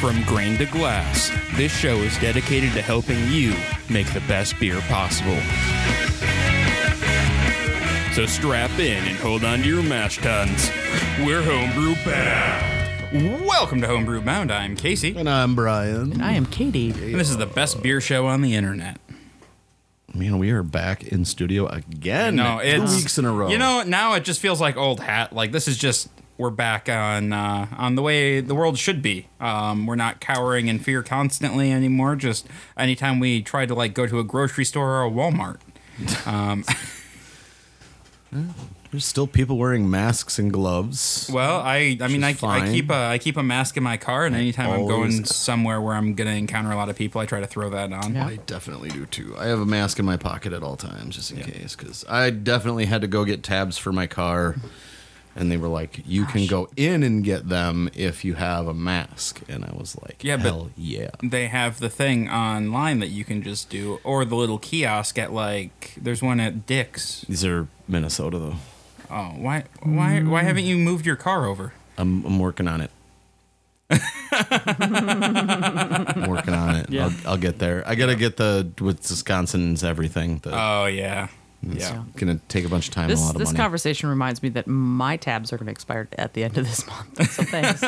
behind the glass. This show is dedicated to helping you make the best beer possible. So strap in and hold on to your mash tuns. We're Homebrew Bound. Welcome to Homebrew Bound. I'm Casey, And I'm Brian. I am Katie. and this is the best beer show on the internet. Man, we are back in studio again. No, two it's weeks in a row. You know, now it just feels like old hat. Like this is just we're back on uh, on the way the world should be. Um, we're not cowering in fear constantly anymore. Just anytime we try to like go to a grocery store or a Walmart. Um, there's still people wearing masks and gloves. well, I I mean I, is I fine. keep a I keep a mask in my car, and anytime I'm going always- somewhere where I'm gonna encounter a lot of people, I try to throw that on. Yeah. I definitely do too. I have a mask in my pocket at all times, just in case, because I definitely had to go get tabs for my car, and they were like, "You can go in and get them if you have a mask," and I was like, Yeah, but- Hell yeah." they have the thing online that you can just do, or the little kiosk at like there's one at Dick's. These are Minnesota though. Oh, why why why haven't you moved your car over? I'm, I'm working on it. I'm working on it. Yeah. I'll, I'll get there. I gotta get the with Wisconsin's everything. The, Oh yeah, yeah. gonna take a bunch of time and a This lot of this money. conversation reminds me that my tabs are going to expire at the end of this month. So thanks.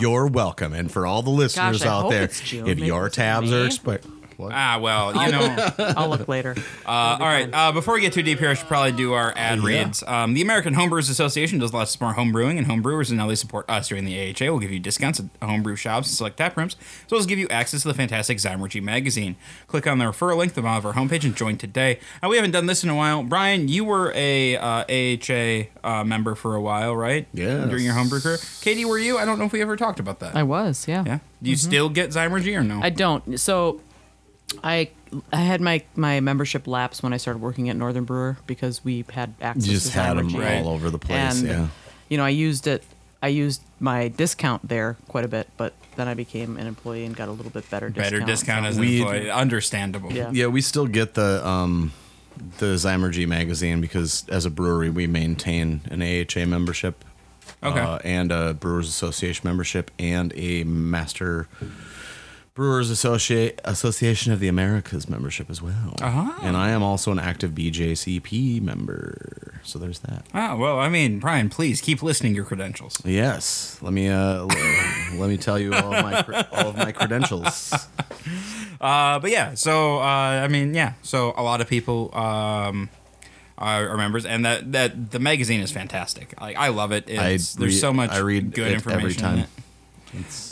You're welcome. And for all the listeners I out hope there, it's June. if Maybe your it's tabs are May. expired, what? Ah well, you know. I'll look later. Uh, all right. Uh, before we get too deep here, I should probably do our ad reads. Um, the American Homebrewers Association does lots of smart homebrewing, and homebrewers, and now they support us during the AHA. We'll give you discounts at homebrew shops and select tap rooms, as well as give you access to the fantastic Zymergy magazine. Click on the referral link at the bottom of our homepage and join today. Uh, we haven't done this in a while. Brian, you were a uh, AHA uh, member for a while, right? Yes. During your homebrew career. Katie, were you? I don't know if we ever talked about that. I was, yeah. yeah. Do you still get Zymergy or no? I don't. So I I had my my membership lapse when I started working at Northern Brewer because we had access You just to had them Zymergy. Right. all over the place. and yeah. you know, I used it. I used my discount there quite a bit, but then I became an employee and got a little bit better discount. Better discount so- as an We- employee. Understandable. Yeah. Yeah, we still get the um, the Zymergy magazine because as a brewery we maintain an AHA membership, Okay. uh, and a Brewers Association membership and a Master Brewers Associate Association of the Americas membership as well. Ah. And I am also an active BJCP member, so there's that. Ah, well, I mean, Brian, please keep listening your credentials. Yes, let me uh, l- let me tell you all of my cre- all of my credentials. Uh, but yeah, so uh, I mean, yeah, so a lot of people um, are, are members, and that that the magazine is fantastic. Like, I love it. It's, I there's so read- much I read good it information every in time. it.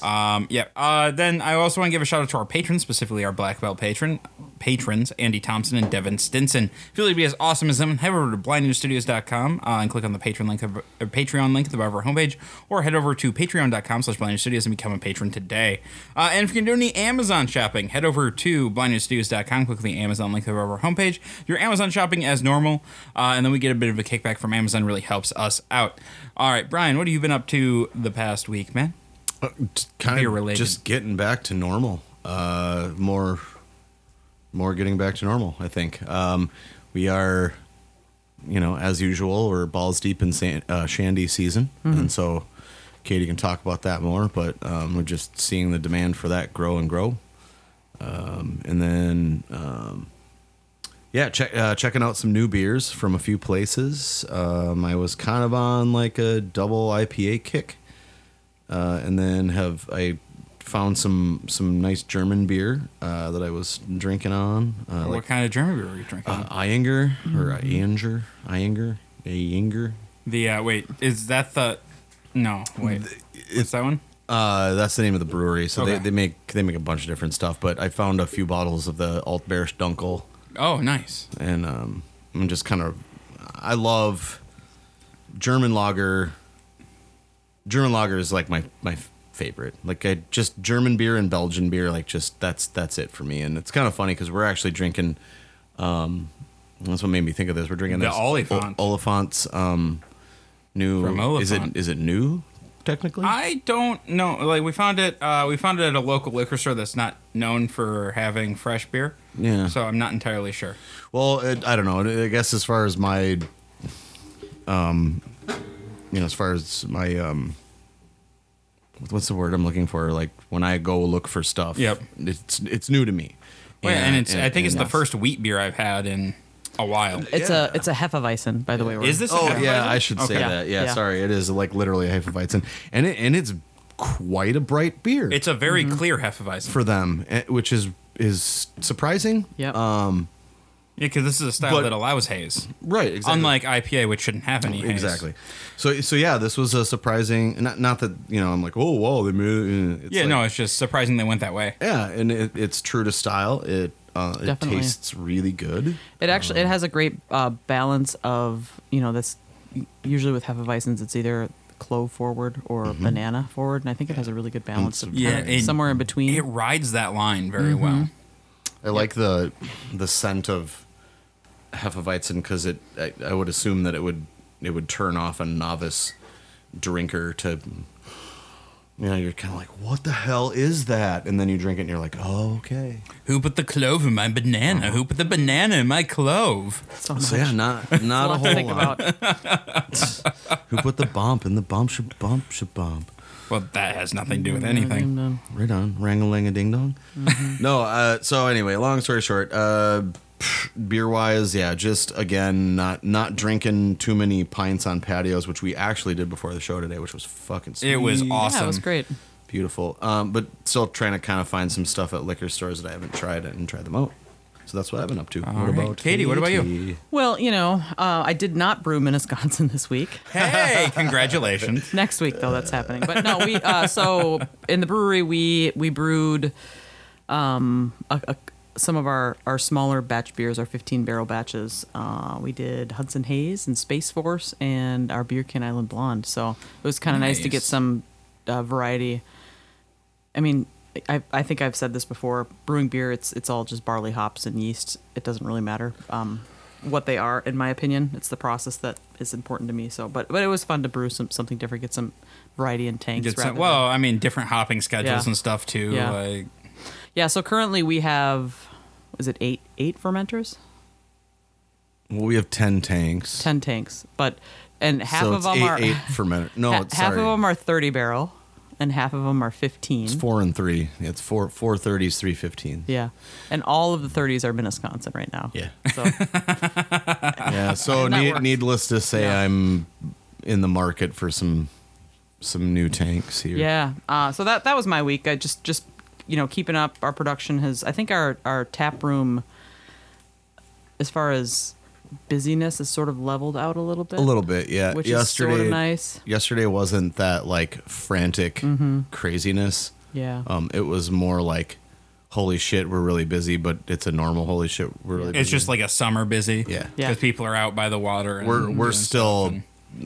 Um, yeah. Uh, then I also want to give a shout out to our patrons, specifically our black belt patron patrons, Andy Thompson and Devin Stinson. If you'd like to be as awesome as them, head over to blindnewstudios.com uh, and click on the patron link of, or Patreon link at the bottom of our homepage, or head over to patreon.com slash blindnewstudios and become a patron today. Uh, and if you can do any Amazon shopping, head over to blindnewstudios.com, click on the Amazon link at the bottom of our homepage. Your Amazon shopping as normal, uh, and then we get a bit of a kickback from Amazon, really helps us out. All right, Brian, what have you been up to the past week, man? Uh, kind Beer of related. just getting back to normal. Uh, more, more getting back to normal. I think um, we are, you know, as usual, we're balls deep in san- uh, Shandy season, and so Katie can talk about that more. But um, we're just seeing the demand for that grow and grow. Um, and then, um, yeah, check, uh, checking out some new beers from a few places. Um, I was kind of on like a double IPA kick uh, and then have I found some some nice German beer uh, that I was drinking on, uh, what like kind of German beer were you drinking? uh, Eyinger or Eyinger, Eyinger, Eyinger. the uh, wait, is that the? No, wait, is that one? Uh, that's the name of the brewery. So Okay. they, they make they make a bunch of different stuff. But I found a few bottles of the Altbärsch Dunkel, Oh, nice. and um, I'm just kind of I love German lager. German lager is like my my favorite. Like I just German beer and Belgian beer, like just that's that's it for me. And it's kind of funny because we're actually drinking. Um, that's what made me think of this. We're drinking The this Olifant. O- Olifant's um, new. From Is it Olifant. is it new? Technically, I don't know. Like we found it, uh, we found it at a local liquor store that's not known for having fresh beer. Yeah. So I'm not entirely sure. Well, it, I don't know. I guess as far as my, um, you know, as far as my um, what's the word I'm looking for? Like when I go look for stuff. Yep. It's it's new to me. Yeah, and it's I think it's the and- first wheat beer I've had in a while. It's a it's a hefeweizen, by the way. we're- Is this? a Oh Hefeweizen? yeah, I should say Okay. Yeah, that. Yeah, yeah. sorry, it is like literally a hefeweizen, and it, and it's quite a bright beer It's a very clear hefeweizen. Mm-hmm. for them, eh, which is is surprising. Uh, Yep. yeah, because this is a style But- that allows haze, Right. Exactly. unlike IPA, which shouldn't have any. Haze. exactly. So so yeah, this was a surprising. Not not that you know I'm like oh whoa they moved. It's Yeah, like- no, it's just surprising they went that way. Yeah, and it, it's true to style. It uh, it Definitely. tastes really good. It actually it has a great uh, balance of you know this. Usually with hefeweizens, it's either clove forward or banana forward, and I think it has a really good balance of Yeah, kinda it- somewhere in between. It rides that line very Mm-hmm. well. I like the the scent of hefeweizen because it. I, I would assume that it would it would turn off a novice drinker to. You know, you're kind of like, what the hell is that? And then you drink it, and you're like, oh, okay. Who put the clove in my banana? Who put the banana in my clove? so much. So yeah, not a not a lot to whole think lot. about. Who put the bump in the bump? Should bump? Should bump? Well, that has nothing to do with anything. Right on, rang a lang a ding dong. Mm-hmm. No, uh, so anyway, long story short, uh, beer wise, yeah, just again, not not drinking too many pints on patios, which we actually did before the show today, which was fucking sweet, It was awesome. Yeah, it was great. beautiful. Um, but still trying to kind of find some stuff at liquor stores that I haven't tried and try them out. So that's what I've been up to. what right. about Katie, what about you? Well, you know, uh, I did not brew Minnetonka this week. Hey, congratulations. Next week, though, that's happening. But no, we uh, so in the brewery we we brewed um, a, a, some of our our smaller batch beers, our 15 barrel batches. Uh, we did Hudson Hayes and Space Force and our Beer Can Island Blonde. So it was kind of nice to get Nice. some uh, variety. I mean. I, I think I've said this before. Brewing beer, it's it's all just barley, hops, and yeast. It doesn't really matter um, what they are, in my opinion. It's the process that is important to me. So, but but it was fun to brew some something different, get some variety in tanks. Did some- rather than- well, I mean, different hopping schedules Yeah. and stuff too. Yeah. Like, yeah. So currently we have, is it eight eight fermenters, Well, we have ten tanks. ten tanks, but and half so of it's them eight, are eight for minute. No, ha- it's half sorry. of them are thirty barrel, and half of them are fifteen. It's four and three. Yeah, it's four four thirties, three fifteen. Yeah, and all of the thirties are Minnetonka right now. Yeah. So Yeah. So And that need, works. needless to say, Yeah. I'm in the market for some some new tanks here. Yeah. Uh, so that that was my week. I just just you know keeping up our production has. I think our our tap room, as far as busyness, is sort of leveled out a little bit. A little bit, yeah. Which is yesterday, sorta nice. Yesterday wasn't that like frantic craziness. Mm-hmm. Yeah. Um, it was more like, holy shit, we're really busy, but it's a normal holy shit, we're really. it's just like a summer busy. Yeah. Yeah. Because people are out by the water. And, Mm-hmm. we're we're and still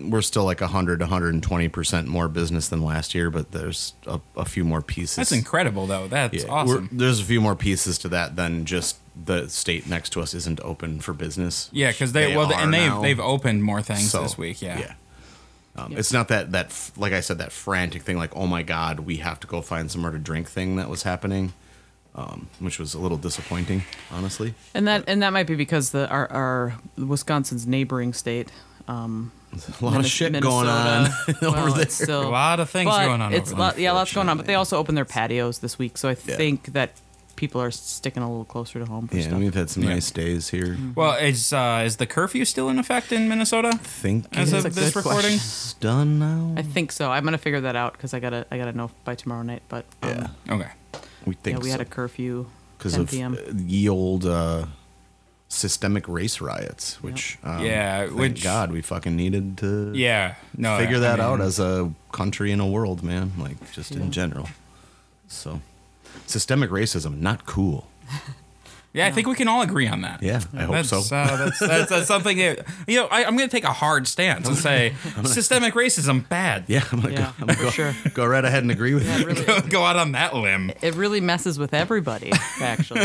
we're still like 100 120% more business than last year but there's a, a few more pieces That's incredible, though. That's Yeah, we're- awesome. There's a few more pieces to that than just the state next to us isn't open for business. Yeah, because they, They well, are and they've now. they've opened more things So, this week. Yeah. Um, It's not that that f- like I said that frantic thing like oh my god we have to go find somewhere to drink thing that was happening, um, which was a little disappointing honestly. and that and that might be because the our, our Wisconsin's neighboring state. Um, A lot of shit going on over well, there. it's Still, A lot of things but going on It's over lo- there, yeah, lots going on. But unfortunately. they also opened their patios this week, so I think that people are sticking a little closer to home for yeah, stuff. Mm-hmm. and we've had some Yeah. nice days here. Well, is uh, is the curfew still in effect in Minnesota? Think As That's of a this good recording, it's done now. I think so. I'm gonna figure that out because I gotta I gotta know by tomorrow night. But um, yeah, yeah, okay. we think we had so. a curfew. because 10 of p.m. uh, ye old uh, systemic race riots, which um, Yeah, thank which- God we fucking needed to Yeah, no, figure I that mean, out as a country and a world, man. Like just Yeah. in general. So systemic racism, not cool. Yeah, I think we can all agree on that. Yeah, I hope that's, so. Uh, that's, that's, that's something. That, you know, I, I'm going to take a hard stance and say systemic racism bad. Yeah, I'm gonna, Yeah, go, I'm gonna for go, sure. go right ahead and agree with Yeah, you. it really, Go out on that limb. it really messes with everybody. Actually,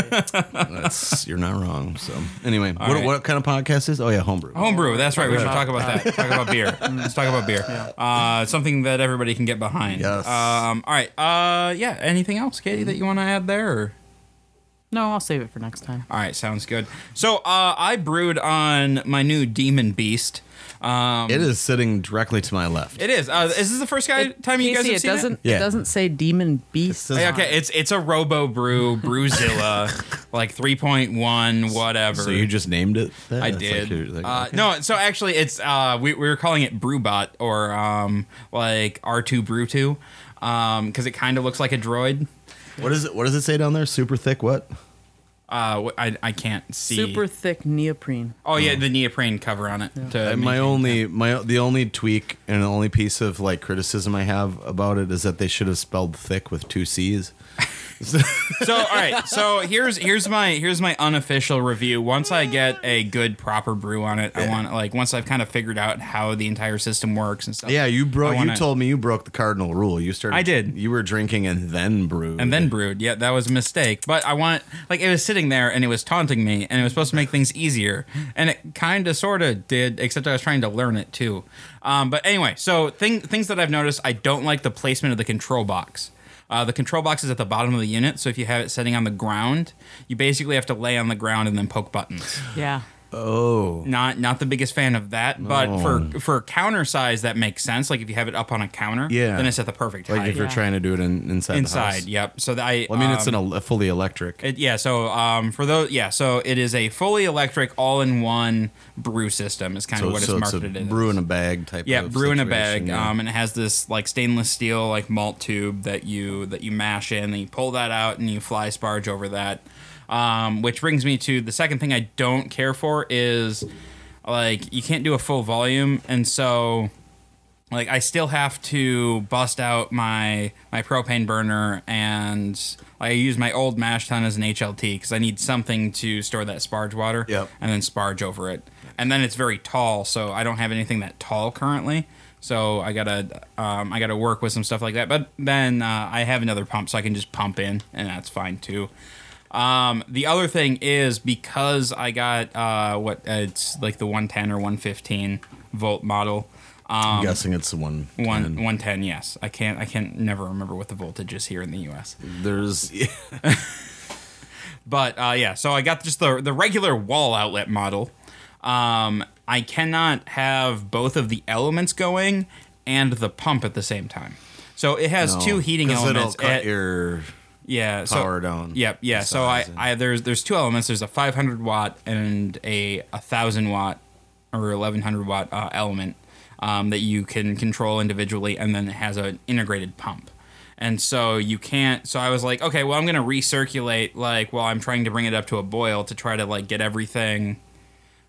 That's, you're not wrong. So anyway, what, right. what kind of podcast is? Oh yeah, homebrew. Homebrew. That's right. We should talk about that. Talk about beer. Let's talk about beer. Uh, something that everybody can get behind. Yes. Um, all right. Uh, yeah. Anything else, Katie, that you want to add there? Or? No, I'll save it for next time. All right, sounds good. So uh, I brewed on my new Demon Beast. Um, It is sitting directly to my left. it is. Uh, is this the first guy, time you guys Casey, have it seen doesn't. Yeah. It doesn't say demon beast. says- Hey, okay, it's it's a Robo Brew Brewzilla, like three point one, whatever. so you just named it? that? I It's did. like you're like, uh, okay. No, so actually, it's uh, we, we were calling it Brewbot or um, like R two Brew two, because it kind of looks like a droid. What is it? What does it say down there? Super thick. What? Uh, wh- I I can't see. Super thick neoprene. oh yeah, the neoprene cover on it. to And my make- only, my the only tweak and the only piece of like criticism I have about it is that they should have spelled thick with two C's. So all right, so here's here's my here's my unofficial review. Once I get a good proper brew on it, I want like once I've kind of figured out how the entire system works and stuff. Yeah, you I broke. You wanna- told me you broke the cardinal rule. You started. I did. You were drinking and then brewed. and then brewed. Yeah, that was a mistake. But I want like it was sitting there and it was taunting me and it was supposed to make things easier and it kind of sort of did except I was trying to learn it too. Um, but anyway, so thing, things that I've noticed I don't like the placement of the control box. Uh, the control box is at the bottom of the unit, so if you have it sitting on the ground, you basically have to lay on the ground and then poke buttons. Yeah. Oh, Not not the biggest fan of that, but for for counter size that makes sense. Like if you have it up on a counter, Yeah. then it's at the perfect like height. if you're Yeah. trying to do it in, inside. The inside. house. Yep. So that I. Well, I mean, it's um, an, el- a fully electric. It, yeah, so um, for those, yeah, so it is a fully electric, all-in-one brew system. Is kind so of what so it's it's a marketed as. brew in a bag type. yeah, of brew in a situation, bag, yeah. um, and it has this like stainless steel like malt tube that you that you mash in, and you pull that out, and you fly sparge over that. Um, which brings me to the second thing I don't care for is like you can't do a full volume, and so like I still have to bust out my my propane burner and I use my old mash tun as an HLT because I need something to store that sparge water. Yep. And then sparge over it, and then it's very tall, so I don't have anything that tall currently. So I gotta um, I gotta work with some stuff like that. But then uh, I have another pump, so I can just pump in, and that's fine too. Um, the other thing is because I got uh, what uh, it's like the 110 or 115 volt model. Um, I'm guessing it's the one. one and one ten, yes. I can't I can't never remember what the voltage is here in the US. There's. But uh, yeah, so I got just the the regular wall outlet model. Um, I cannot have both of the elements going and the pump at the same time. So it has two no, heating 'cause elements. It'll cut It- your. yeah, so, power down Yep, yeah. the So I, size and- I there's there's two elements. There's a 500 watt and a a thousand watt or 1100 watt uh, element um, that you can control individually, and then it has an integrated pump. And so you can't. So I was like, okay, well I'm gonna recirculate like while I'm trying to bring it up to a boil to try to like get everything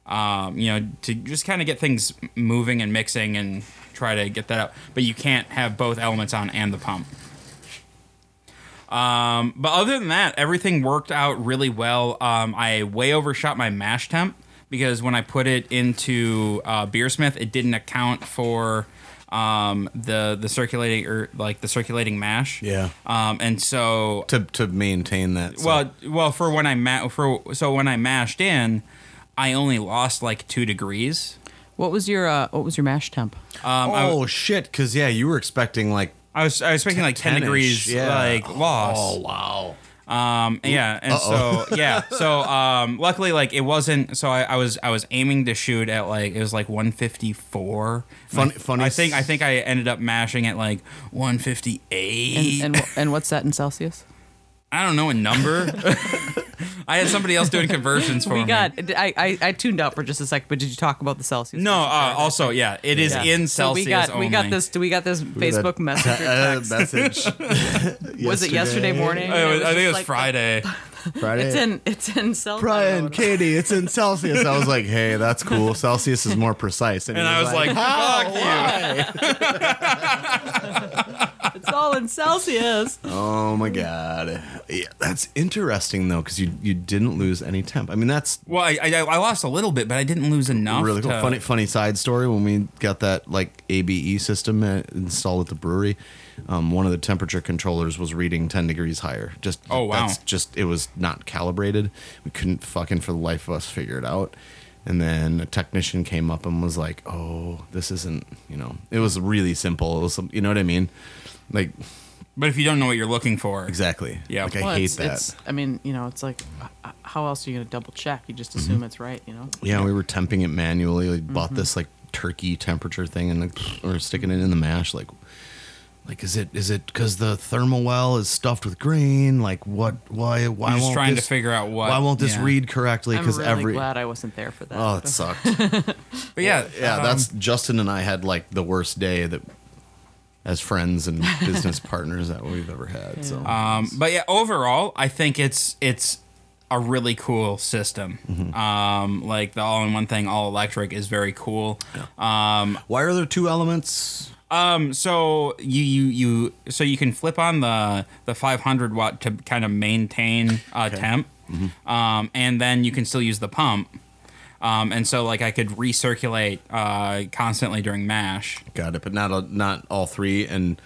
um, you know, to just kind of get things moving and mixing and try to get that up. But you can't have both elements on and the pump. Um, but other than that, everything worked out really well. Um, I way overshot my mash temp because when I put it into uh, Beersmith, it didn't account for um, the the circulating or like the circulating mash. Yeah. Um, and so To, to maintain that. so- well, um, well, for when I ma- for so when I mashed in, I only lost like two degrees. What was your uh, What was your mash temp? oh shit! Because yeah, you were expecting like I was I was expecting like ten 10-ish, degrees yeah. Oh, like loss. wow. Um, yeah, and so yeah, so um, luckily like it wasn't. So I, I was I was aiming to shoot at like it was like one fifty four. Fun- funny I s- think I think I ended up mashing at like one fifty And E. eight. and, wh- and what's that in Celsius? I don't know a number. I had somebody else doing conversions for We me. got. Oh, I, I I tuned out for just a sec, but did you talk about the Celsius? no. Uh, also, yeah, it is Yeah. in So Celsius we got we got only. this. We got this Facebook messenger Uh, text. message. was it yesterday morning? I, And was- I think just Oh, it was like Friday. the- Friday. It's in it's in Celsius. Brian, Katie, it's in Celsius. I was like, hey, that's cool. Celsius is more precise. and I was like, fuck you. It's all in Celsius. oh my god, yeah, that's interesting though, because you you didn't lose any temp. I mean, that's Well, I, I, I lost a little bit, but I didn't lose enough. really cool. to- Funny, funny side story. When we got that like ABE system uh, installed at the brewery, um, one of the temperature controllers was reading ten degrees higher. Just Oh, wow. just it was not calibrated. We couldn't fucking for the life of us figure it out. And then a technician came up and was like, "Oh, this isn't you know." It was really simple. It was some- you know what I mean, like. But if you don't know what you're looking for, Exactly. Yeah. Like I Well, hate it's, that. It's, I mean, you know, it's like, h- h- how else are you going to double check? You just assume it's right, you know? Mm-hmm. Yeah, we were temping it manually. We bought Mm-hmm. this like turkey temperature thing and like, we we're sticking it in the mash. Like, like is it is it because the thermal well is stuffed with grain? Like what? Why? Why You're just won't trying to this- figure out what- Why won't this yeah. read correctly? I'm Because really every glad I wasn't there for that. oh, it sucked. but yeah, yeah, um, that's Justin and I had like the worst day that as friends and business partners that we've ever had. So Um, but yeah, overall, I think it's it's a really cool system. Mm-hmm. Um, like the all-in-one thing, all electric is very cool. why are there two elements? Um, so you you you so you can flip on the the 500 watt to kind of maintain uh, temp, Mm-hmm. um, and then you can still use the pump. Um, and so like I could recirculate uh, constantly during mash. Got it, but not a, not all three. And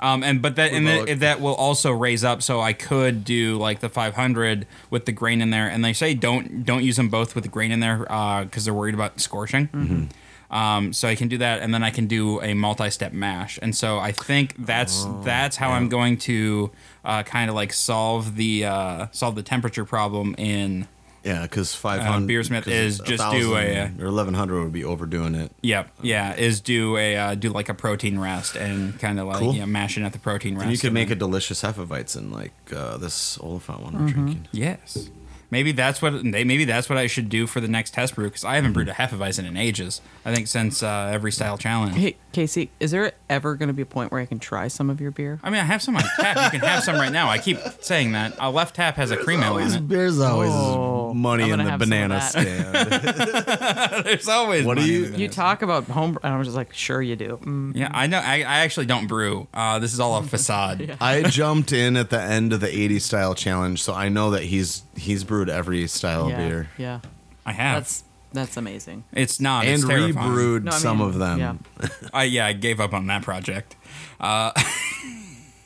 Um, and but that and Remote. that, that will also raise up, so I could do like the 500 with the grain in there. And they say don't don't use them both with the grain in there because they're worried about scorching. Mm-hmm. Um, so I can do that, and then I can do a multi-step mash. And so I think that's Oh, that's how I'm going to uh, kind of like solve the uh, solve the temperature problem in. yeah, because five hundred Uh, Beersmith is just do a, uh, or eleven hundred would be overdoing it. Yep, yeah, is do a uh, do like a protein rest and kind of like Cool. yeah, mashing at the protein rest. And you could and make then- a delicious hefeweizen like uh, this Oliphant one we're Mm-hmm. drinking. Yes. Maybe that's what they- maybe that's what I should do for the next test brew because I haven't brewed a hefeweizen in ages. I think since uh, every style challenge. Hey, Casey, is there ever going to be a point where I can try some of your beer? I mean, I have some on tap. You can have some right now. I keep saying that. A left tap has a cream ale in it. There's always Oh, money I'm in gonna the have some of banana that. stand. There's always. What do money you- in it. You talk about home, and I'm just like, sure you do. Mm. Yeah, I know. I, I actually don't brew. Uh, this is all a facade. I jumped in at the end of the 80 style challenge, so I know that he's he's brewed every style yeah, of beer Ah. yeah, I have. that's that's amazing. it's not. and it's terrifying. rebrewed No, I some mean, of them. yeah. I yeah, I gave up on that project. Uh,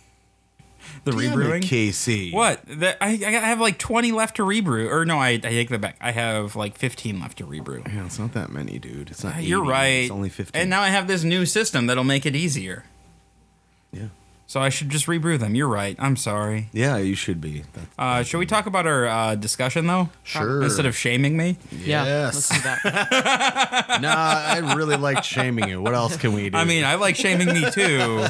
the Damn it, rebrewing. KC. What? That I, I have like 20 left to rebrew. Or no, I, I take that back. I have like 15 left to rebrew. Yeah, it's not that many, dude. It's not. 80, You're right. It's only 15. And now I have this new system that'll make it easier. yeah, So I should just rebrew them. You're right. I'm sorry. yeah, you should be. That's, Uh, should we talk about our uh, discussion though? sure. Instead of shaming me? Yeah, Yes. let's do that. nah, I really like shaming you. What else can we do? I mean, I like shaming me too.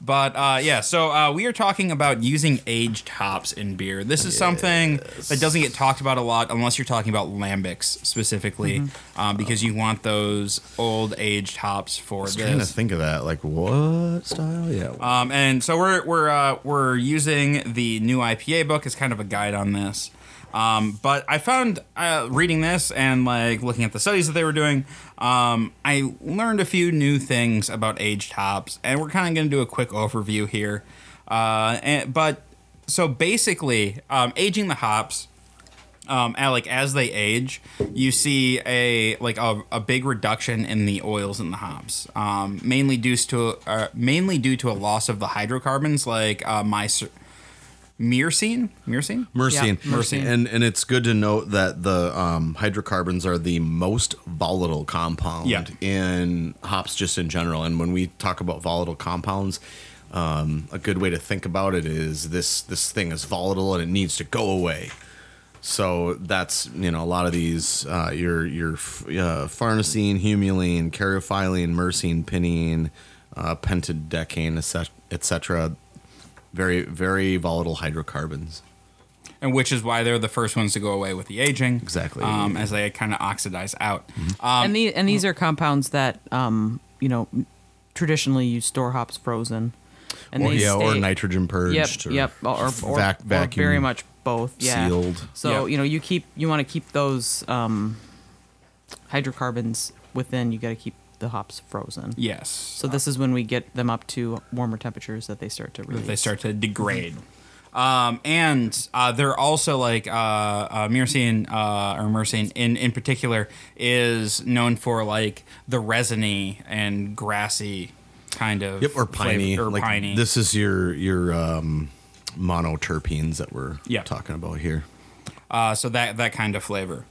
But uh, yeah, so uh, we are talking about using aged hops in beer. This is something that doesn't get talked about a lot unless you're talking about lambics specifically, um, because you want those old aged hops for was trying to this. think of that. Like what style? Yeah. Um, and so we're we're uh, we're using the new IPA book as kind of a guide on this. Um, but I found uh, reading this and like looking at the studies that they were doing, um, I learned a few new things about aged hops, and we're kind of going to do a quick overview here. Uh, and, but so basically, um, aging the hops um, and, like as they age, you see a like a, a big reduction in the oils in the hops, um, mainly due to uh, mainly due to a loss of the hydrocarbons like uh, mycer- myrcene, myrcene, Mercine. Yeah, Mercine. And and it's good to note that the um, hydrocarbons are the most volatile compound Yeah. in hops just in general. And when we talk about volatile compounds, um, a good way to think about it is this this thing is volatile and it needs to go away. So that's you know a lot of these uh, your your f- uh, farnesene, humulene, caryophyllene, myrcene, pinene, uh, pentadecane, etc. Very very volatile hydrocarbons. and which is why they're the first ones to go away with the aging, Exactly. um, as they kind of oxidize out. Uh, Um, and these and mm. these are compounds that, um, you know, traditionally you store hops frozen, and or, they yeah, or stay- nitrogen purged. Yep, or yep, or, or, or, vac- or vacuum very much both. Yeah. sealed. So Yeah. you know you keep you want to keep those um, hydrocarbons within. You got to keep the hops frozen. Yes, So this is when we get them up to warmer temperatures that they start to release. that they start to degrade. Um, and uh, they're also like uh, uh, Myrcene uh, or Myrcene in, in particular is known for like the resiny and grassy kind of Yep, or piney. flavor- or like, piney. This is your your um, monoterpenes that we're Yeah. talking about here. uh, so that that kind of flavor.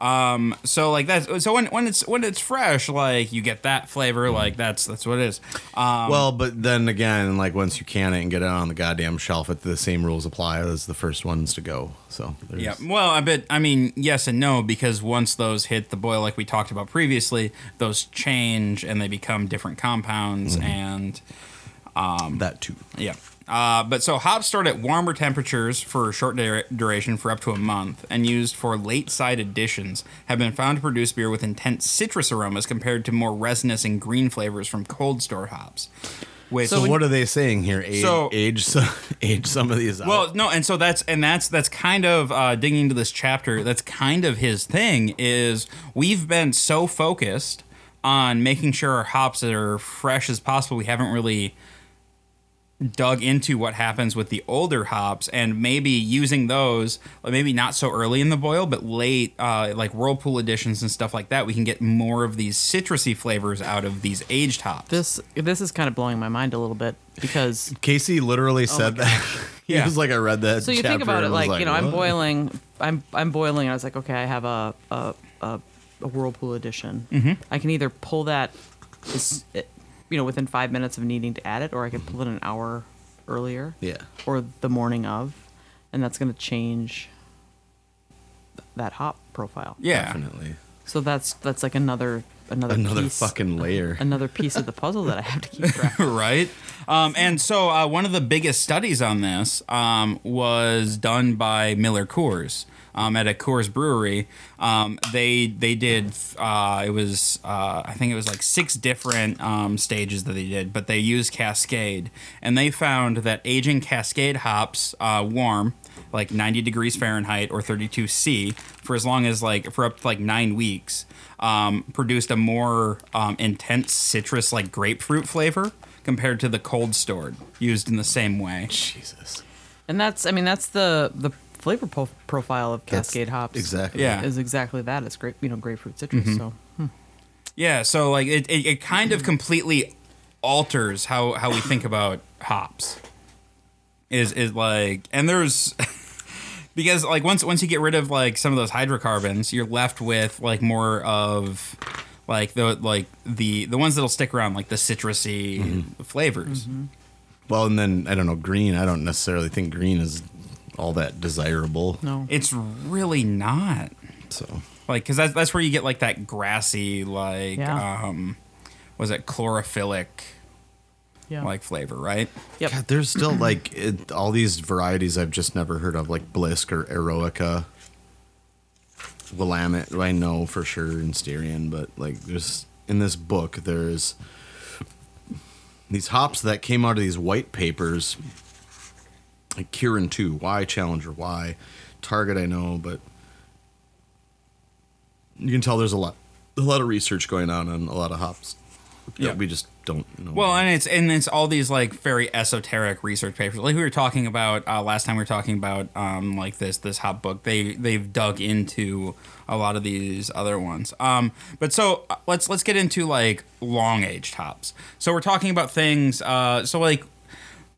Um, so like that's so when, when it's when it's fresh, like you get that flavor, like that's that's what it is. Um, well, but then again, like once you can it and get it on the goddamn shelf, it the same rules apply as the first ones to go. So there's, yeah. Well, I bet. I mean, yes and no, because once those hit the boil, like we talked about previously, those change and they become different compounds and. Mm. that too. Yeah. Uh, but so hops stored at warmer temperatures for a short dura- duration for up to a month and used for late side additions have been found to produce beer with intense citrus aromas compared to more resinous and green flavors from cold store hops. Which, So, what are they saying here? Age, So- age, some, age some of these. out. well, no, and so that's and that's that's kind of uh, digging into this chapter. That's kind of his thing. Is we've been so focused on making sure our hops are fresh as possible. We haven't really dug into what happens with the older hops and maybe using those like, maybe not so early in the boil but late uh, like whirlpool additions and stuff like that we can get more of these citrusy flavors out of these aged hops This this is kind of blowing my mind a little bit because Casey oh literally said that. he Yeah. was like, I read that. so you think chapter about it and was like, you know I'm what? boiling I'm I'm boiling and I was like okay I have a a, a, a whirlpool edition Mm-hmm. I can either pull that is it- you know within five minutes of needing to add it or I could pull it an hour earlier Yeah. or the morning of and that's going to change th- that hop profile yeah Definitely. so that's that's like another another Another piece, fucking layer. another piece of the puzzle that I have to keep track right? Um, and so uh, one of the biggest studies on this um, was done by Miller Coors um, at a Coors brewery. Um, they they did uh, it was uh, I think it was like six different um, stages that they did, but they used Cascade, and they found that aging Cascade hops uh, warm. Like 90 degrees Fahrenheit or 32 C for as long as like for up to like nine weeks, um, produced a more um, intense citrus like grapefruit flavor compared to the cold stored used in the same way. Jesus. And that's, I mean, that's the the flavor po- profile of That's- Cascade hops. Exactly. Mm-hmm. Yeah. Is exactly that. It's grape, you know, grapefruit citrus. So Yeah, so like it, it, it kind of completely alters how, how we think about hops. Is is like and there's because like once once you get rid of like some of those hydrocarbons, you're left with like more of like the like the the ones that'll stick around like the citrusy flavors. Well, and then I don't know green. I don't necessarily think green is all that desirable. no, It's really not. So like because that's, that's where you get like that grassy like Yeah. um was it chlorophyllic yeah, like flavor right yep. God, there's still like it, all these varieties I've just never heard of, like Blisk or Eroica, Willamette. I know for sure and Styrian, but like there's in this book there's these hops that came out of these white papers, like Kieran Two, Y Challenger Y, Target I know, but you can tell there's a lot, a lot of research going on on a lot of hops. that Yeah. we just don't know. well and it's and it's all these like very esoteric research papers like we were talking about uh, last time we were talking about um like this this hot book they they've dug into a lot of these other ones um but so uh, let's let's get into like long aged hops so we're talking about things uh so like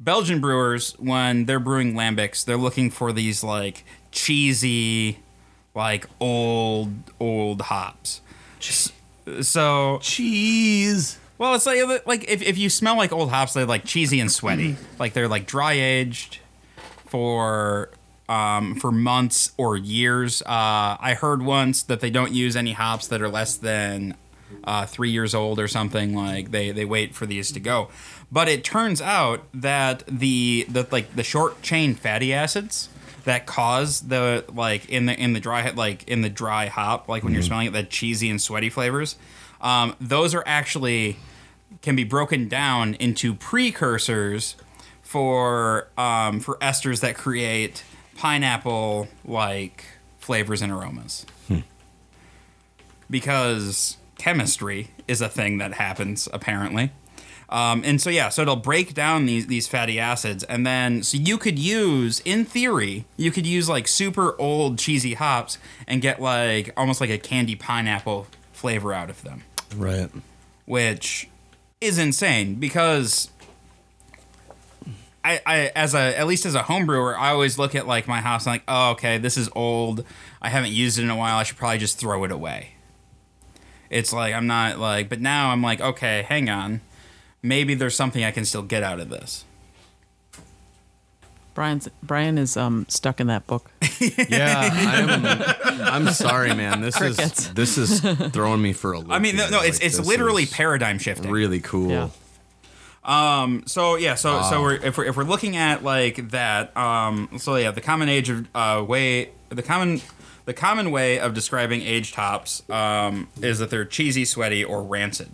Belgian brewers, when they're brewing lambics, they're looking for these like cheesy, like old old hops. So cheese. well, it's like like if, if you smell like old hops, they're like cheesy and sweaty. like they're like dry aged for um, for months or years. Uh, I heard once that they don't use any hops that are less than uh, three years old or something. Like they they wait for these to go. But it turns out that the that like the short chain fatty acids that cause the like in the in the dry like in the dry hop like when you're smelling it that cheesy and sweaty flavors um, those are actually can be broken down into precursors for um, for esters that create pineapple like flavors and aromas. Because chemistry is a thing that happens apparently. Um, and so yeah, so it'll break down these these fatty acids, and then so you could use, in theory, you could use like super old cheesy hops and get like almost like a candy pineapple flavor out of them Right. which is insane because I, I as a at least as a home brewer, I always look at like my house and like, oh okay, this is old. I haven't used it in a while. I should probably just throw it away. It's like I'm not like, but now I'm like, okay, hang on, maybe there's something I can still get out of this. Brian's Brian is um, stuck in that book. Yeah, I'm, I'm sorry, man. This Crickets. is this is throwing me for a loop. I mean, no, here. no Like, it's it's this literally is paradigm shifting. really cool. Yeah. So yeah, so so we're if we're if we're looking at like that, um, so yeah, the common age of uh, way the common the common way of describing age tops um, is that they're cheesy, sweaty, or rancid.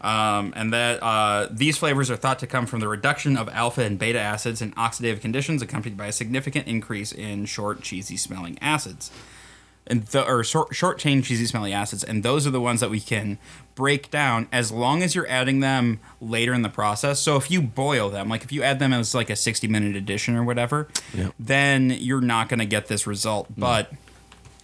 Um, and that uh, these flavors are thought to come from the reduction of alpha and beta acids in oxidative conditions, accompanied by a significant increase in short, cheesy smelling acids and the or short short chain cheesy smelly acids, and those are the ones that we can break down as long as you're adding them later in the process. So if you boil them, like if you add them as like a 60 minute addition or whatever, Yep. then you're not going to get this result. But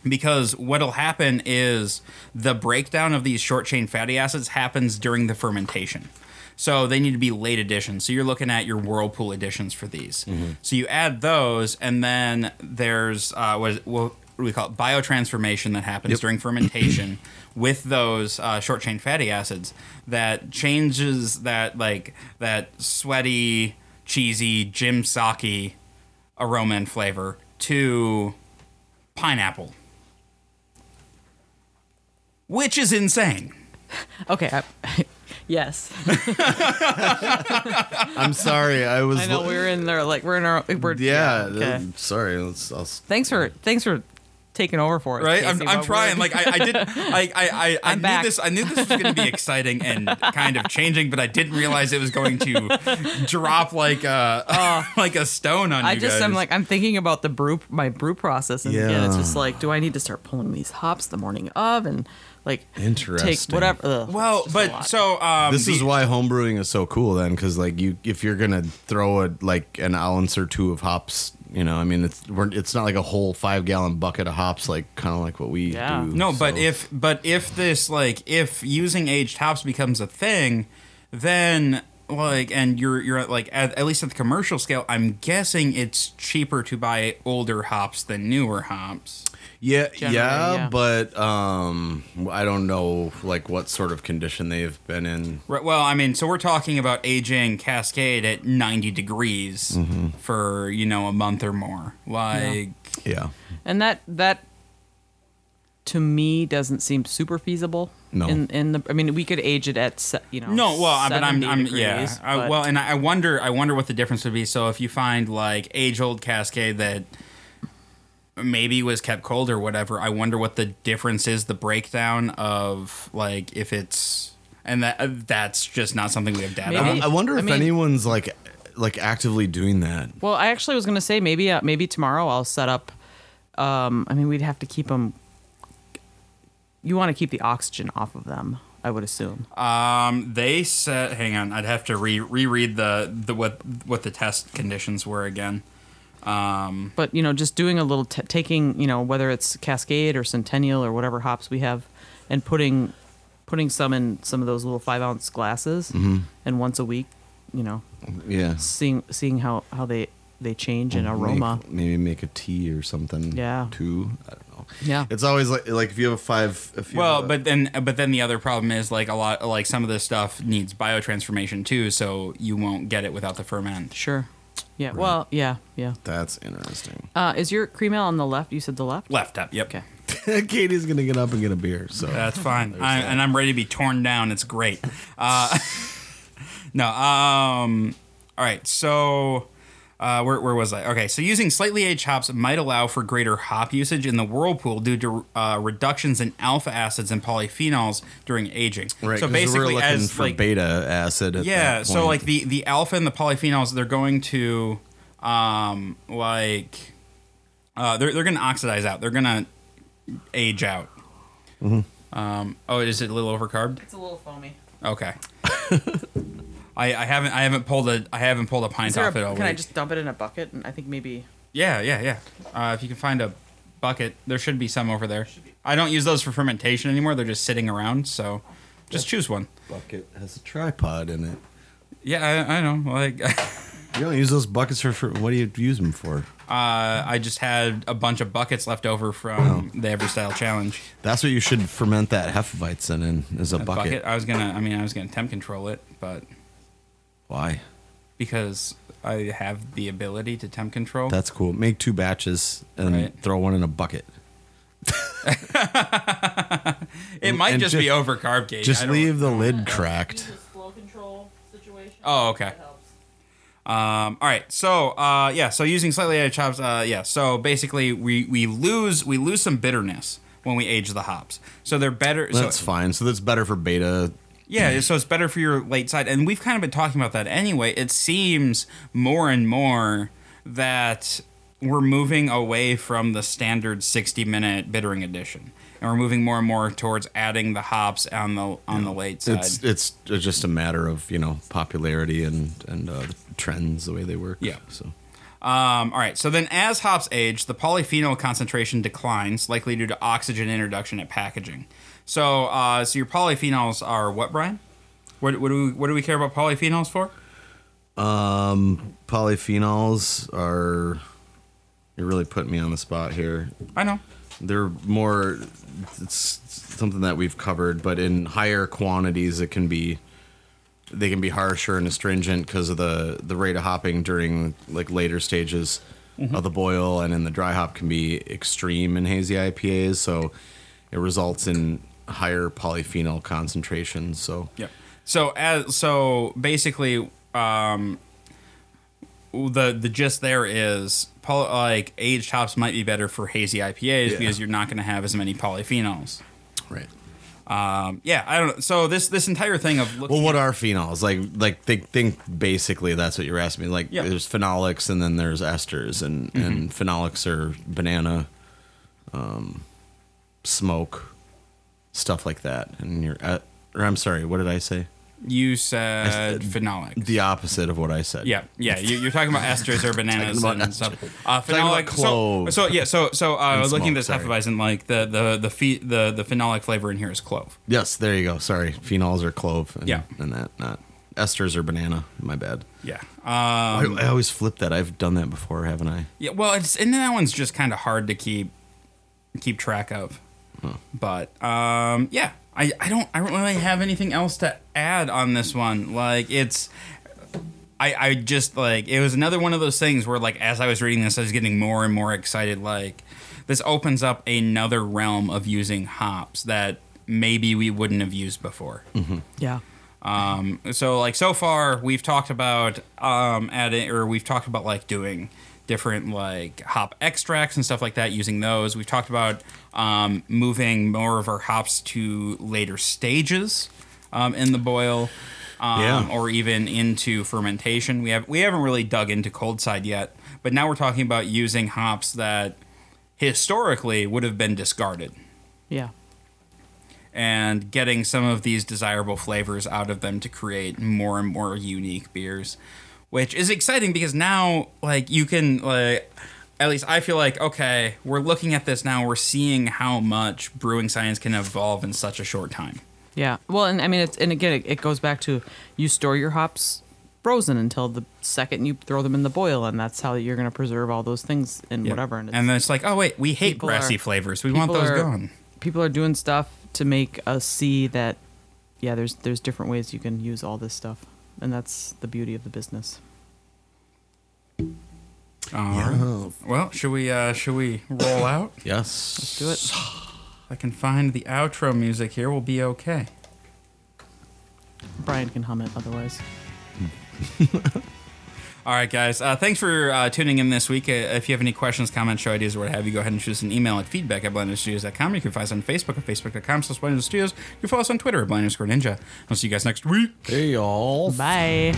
because what'll happen is the breakdown of these short chain fatty acids happens during the fermentation. So they need to be late additions. So you're looking at your whirlpool additions for these. So you add those, and then there's uh, what, is, what do we call it? Biotransformation that happens during fermentation with those uh, short chain fatty acids that changes that like that sweaty, cheesy Jim Saki aroma and flavor to pineapple, which is insane. Okay. I, yes. I'm sorry. I was. I know we're in there like we're in our we're yeah. okay. Sorry. Let's, I'll, s- Thanks for thanks for taking over for us. Right, Casey, I'm, I'm but trying. we're- Like I, I did, I, I, I, I I'm knew back. this. I knew this was going to be exciting and kind of changing, but I didn't realize it was going to drop like a like a stone on Oh. I you just guys. am like I'm thinking about the brew my brew process and again it's Yeah. just like do I need to start pulling these hops the morning of and like take Interesting. whatever ugh, well, it's just a but lot. so um, this the- is why homebrewing is so cool then, because like you, if you're gonna throw a like an ounce or two of hops, you know, I mean, it's we're, it's not like a whole five gallon bucket of hops, like kind of like what we Yeah. do. No, but so- if but if this like if using aged hops becomes a thing, then like and you're you're like at, at least at the commercial scale, I'm guessing it's cheaper to buy older hops than newer hops. Yeah, Generally, yeah, yeah. but um, I don't know like what sort of condition they've been in. Right, well, I mean, so we're talking about aging Cascade at 90 degrees for you know a month or more. Like Yeah, and that that to me doesn't seem super feasible. No. In in the I mean we could age it at se- you know No, well, I- but I'm, 70 I'm yeah. degrees, I- but- well, and I I wonder, I wonder what the difference would be. So if you find like age-old Cascade that maybe was kept cold or whatever, I wonder what the difference is. The breakdown of like if it's and that uh, that's just not something we have data on. Maybe. I wonder I if mean- anyone's like like actively doing that. Well, I actually was gonna say maybe uh, maybe tomorrow I'll set up. Um, I mean, we'd have to keep them. You want to keep the oxygen off of them, I would assume. Um, they said, hang on, I'd have to re- reread the the what what the test conditions were again. but you know, just doing a little t- taking, you know, whether it's Cascade or Centennial or whatever hops we have, and putting putting some in some of those little five ounce glasses, and once a week, you know, Yeah, seeing seeing how how they they change in Make- aroma. maybe make a tea or something. Yeah. too. I don't know. Yeah. it's always like like if you have a five. If you Well, have a- but then but then the other problem is like a lot like some of this stuff needs biotransformation too, so you won't get it without the ferment. Sure. Yeah. Well. Yeah. Yeah. that's interesting. Uh, is your cream ale on the left? You said the left. Left up. Yep. Okay. Katie's gonna get up and get a beer. So That's fine. I, and I'm ready to be torn down. It's great. Uh, no. Um. All right. So. Uh, where, where was I? Okay, so using slightly aged hops might allow for greater hop usage in the whirlpool due to uh, reductions in alpha acids and polyphenols during aging. right, So 'cause we're basically, looking as for like, beta acid. At yeah that so point. like the the alpha and the polyphenols they're going to um like uh they're, they're gonna oxidize out they're gonna age out um oh is it a little overcarbed It's a little foamy. okay I, I haven't I haven't pulled a I haven't pulled a pint Is there a- off it all can I week. just dump it in a bucket? And I think maybe yeah yeah yeah uh, if you can find a bucket there should be some over there I don't use those for fermentation anymore they're just sitting around so just choose one bucket has a tripod in it. yeah I, I know like You don't use those buckets for, for what do you use them for? Uh, I just had a bunch of buckets left over from Oh. the Every Style Challenge. That's what you should ferment that hefeweizen in is a, bucket. Bucket. I was gonna. I mean, I was gonna temp control it, but Why? because I have the ability to temp control. That's cool. Make two batches and Right. throw one in a bucket. it might and just, ju- be over carb gauge. I Just don't- leave the lid cracked. Use a slow control situation. Oh, okay. That helps. Um, all right, so uh, yeah, so using slightly added chops, uh, yeah. So basically, we we lose we lose some bitterness when we age the hops. So they're better. That's so, fine. So that's better for beta. Yeah, so it's better for your late side. And we've kind of been talking about that anyway. It seems more and more that we're moving away from the standard 60 minute bittering edition. And we're moving more and more towards adding the hops on the on the late side. It's it's just a matter of you know popularity and and uh, trends the way they work. Yeah. So Um, all right. So then, as hops age, the polyphenol concentration declines, likely due to oxygen introduction at packaging. So, uh, so your polyphenols are what, Brian? What, what do we what do we care about polyphenols for? um, polyphenols are. You're really putting me on the spot here. I know. they're more it's something that we've covered but in higher quantities it can be they can be harsher and astringent because of the the rate of hopping during like later stages of the boil and in the dry hop can be extreme in hazy IPAs so it results in higher polyphenol concentrations so Yep. So as so basically, um, the the gist there is poly, like aged hops might be better for hazy IPAs Yeah. because you're not going to have as many polyphenols. right Um, yeah, I don't. So this this entire thing of looking well what at- are phenols like like think think basically that's what you're asking me like Yeah. Mm-hmm. there's phenolics and then there's esters and and phenolics are banana um smoke stuff like that and you're at, or I'm sorry what did I say you said I- phenolic. the opposite of what I said Yeah, yeah. You, you're talking about esters or bananas Talking about and stuff. Uh, Talking about phenolic. cloves. So, so yeah. So so uh, I was looking at this smoke, half of sorry. and like the the the fe- the the phenolic flavor in here is clove. yes there you go sorry phenols are clove and, Yeah. and that not esters are banana my bad Yeah. Um, I, I always flip that I've done that before haven't I yeah. Well, it's and that one's just kind of hard to keep keep track of. But um, yeah, I I don't I don't really have anything else to add on this one. Like it's. I, I just like it was another one of those things where like as I was reading this I was getting more and more excited like this opens up another realm of using hops that maybe we wouldn't have used before. Yeah. Um, so like so far we've talked about um adding or we've talked about like doing different like hop extracts and stuff like that using those. We've talked about um, moving more of our hops to later stages um, in the boil. Um, Yeah. or even into fermentation. We have we haven't really dug into cold side yet, but now we're talking about using hops that historically would have been discarded Yeah. and getting some of these desirable flavors out of them to create more and more unique beers, which is exciting because now, like, you can, like, at least I feel like, okay, we're looking at this now, we're seeing how much brewing science can evolve in such a short time. Yeah. Well, and I mean, it's and again, it, it goes back to you store your hops frozen until the second you throw them in the boil, and that's how you're going to preserve all those things and whatever. And, it's- then it's like, oh, wait, we hate People grassy are- flavors. We want people those are- gone. People are doing stuff to make us see that, yeah, there's there's different ways you can use all this stuff, and that's the beauty of the business. All right. Well, should we, uh, should we roll out? yes Do it. If I can find the outro music here, we'll be okay. Brian can hum it otherwise. All right, guys. Uh, thanks for uh, tuning in this week. Uh, if you have any questions, comments, show ideas, or what have you, go ahead and shoot us an email at feedback at blindnessstudios.com. You can find us on Facebook at facebook.com slash blindness studios. You can follow us on Twitter at blind underscore ninja. I'll see you guys next week. hey y'all Bye.